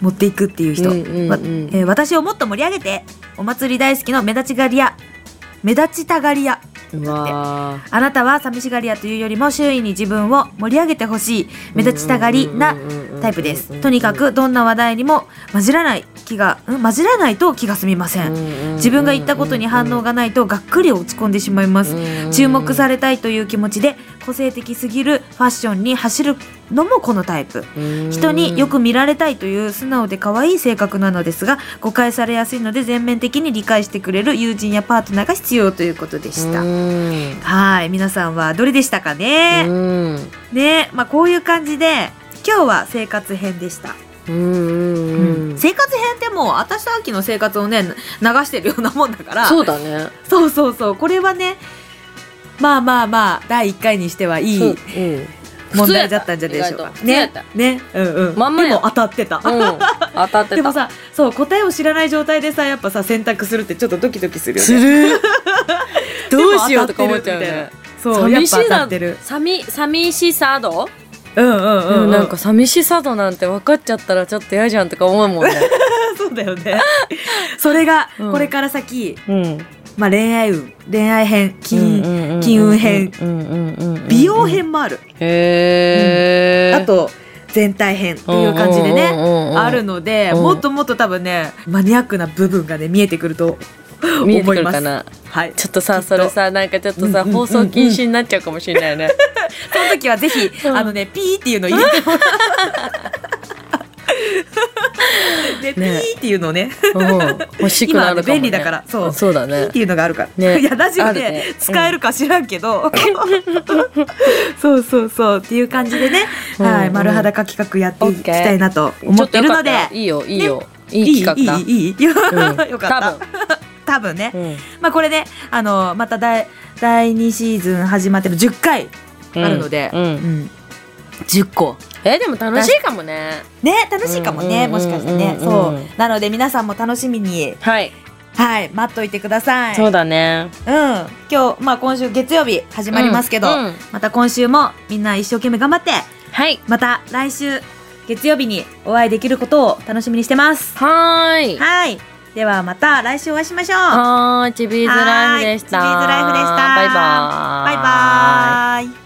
Speaker 2: 持っていくっていう人、
Speaker 3: うんうんうん
Speaker 2: わえー私をもっと盛り上げてお祭り大好きの目立ち狩り屋目立ちたがり屋
Speaker 3: うわー
Speaker 2: あなたは寂しがり屋というよりも周囲に自分を盛り上げてほしい目立ちたがりなタイプですとにか、くどんな話題にも混じらない気がん混じらないと気が済みません自分が言ったことに反応
Speaker 3: が
Speaker 2: がないとがっくり落ち込んでしまいます注目されたいという気持ちで個性的すぎるファッションに走るのもこのタイプ
Speaker 3: れ
Speaker 2: 人によく見られたいという素直で可愛い性格なのですが誤解されやすいので全面的に理解してくれる友人やパートナーが必要ということでした
Speaker 3: た
Speaker 2: はい皆さんはどれでしたかねねまあこういう感じで今日は生活編でした生活編ってもう私と秋の生活をね流してるようなもんだから
Speaker 3: そうだね
Speaker 2: そうそうそうこれはねまあまあまあ第1回にしてはい
Speaker 3: そう
Speaker 2: い
Speaker 3: うん
Speaker 2: 問題だったんじゃないでしょうか
Speaker 3: 普。通や
Speaker 2: ね
Speaker 3: った
Speaker 2: ねうんうん、
Speaker 3: まんま
Speaker 2: で
Speaker 3: や
Speaker 2: も当たってた。
Speaker 3: うん
Speaker 2: <laughs>
Speaker 3: 当たって
Speaker 2: でも
Speaker 3: た
Speaker 2: さそう答えを知らない状態でさやっぱさ選択するってちょっとドキドキするよね。 <laughs>
Speaker 3: るどうしようとか思っちゃう
Speaker 2: でも当たってるみたいなそ
Speaker 3: ね
Speaker 2: うやっ
Speaker 3: 寂し
Speaker 2: ぱ
Speaker 3: い
Speaker 2: 当た
Speaker 3: な
Speaker 2: ってる。
Speaker 3: 寂寂しさ度
Speaker 2: うんうんうん、
Speaker 3: で
Speaker 2: う
Speaker 3: も
Speaker 2: ん、
Speaker 3: なんか寂しさ度なんて分かっちゃったらちょっと嫌じゃんとか思うもん
Speaker 2: <laughs>
Speaker 3: ね
Speaker 2: <laughs> そうだよね。それが
Speaker 3: うん
Speaker 2: これから先、
Speaker 3: うん
Speaker 2: まあ恋愛運恋愛編金、
Speaker 3: 金
Speaker 2: 金運編美容編もある、
Speaker 3: へえ
Speaker 2: あと全体編っていう感じでね。あるので、
Speaker 3: うん
Speaker 2: もっともっと多分ねマニアックな部分がね見えてくると
Speaker 3: 見えて
Speaker 2: 思
Speaker 3: く
Speaker 2: い
Speaker 3: る
Speaker 2: ま
Speaker 3: か
Speaker 2: す。
Speaker 3: な
Speaker 2: はい、
Speaker 3: ちょっとさ
Speaker 2: きっと
Speaker 3: それさなんかちょっとさ
Speaker 2: うんうんうんうん
Speaker 3: 放送禁止になっちゃうかもしれないね
Speaker 2: その時はぜひ、
Speaker 3: うん
Speaker 2: あのねピーっていうの入れてもらう <laughs> で、
Speaker 3: ね
Speaker 2: ピーって <laughs> いうのをね
Speaker 3: うん欲しくなるか
Speaker 2: 今はね
Speaker 3: もね
Speaker 2: 便利だからそう
Speaker 3: そうだ
Speaker 2: ピー
Speaker 3: ね
Speaker 2: っていうのがあるから、
Speaker 3: ね
Speaker 2: いやラジオで、
Speaker 3: あるね
Speaker 2: 使えるか知らんけど、 <laughs> そうそうそうっていう感じでね、
Speaker 3: うん
Speaker 2: は
Speaker 3: う
Speaker 2: い
Speaker 3: ん
Speaker 2: 丸裸企画やっていきたいなと思ってるので
Speaker 3: ちょっとよかったいいよいいよい
Speaker 2: い
Speaker 3: い
Speaker 2: い
Speaker 3: 企画だ
Speaker 2: いいいいよ
Speaker 3: うん
Speaker 2: かった多分ね
Speaker 3: 多、分
Speaker 2: まあこれで、あのまた第第2シーズン始まっても10回
Speaker 3: うん
Speaker 2: あるので、
Speaker 3: うんうん
Speaker 2: うん10個
Speaker 3: えでも楽しいかもね
Speaker 2: ね楽しいかもね、
Speaker 3: うん
Speaker 2: もしかしてね、
Speaker 3: うん
Speaker 2: そ
Speaker 3: うん
Speaker 2: うなので皆さんも楽しみに
Speaker 3: はい
Speaker 2: はい待っといてください
Speaker 3: そう
Speaker 2: う、
Speaker 3: だね
Speaker 2: ん、今日まあ今週月曜日始まりますけど、
Speaker 3: うんうん
Speaker 2: また今週もみんな一生懸命頑張って
Speaker 3: はい
Speaker 2: また来週月曜日にお会いできることを楽しみにしてます
Speaker 3: はーい
Speaker 2: はいではまた来週お会いしましょう
Speaker 3: はーいチビーズライフでした
Speaker 2: はーいチビーズライフでした
Speaker 3: バイバーイ
Speaker 2: バイバーイ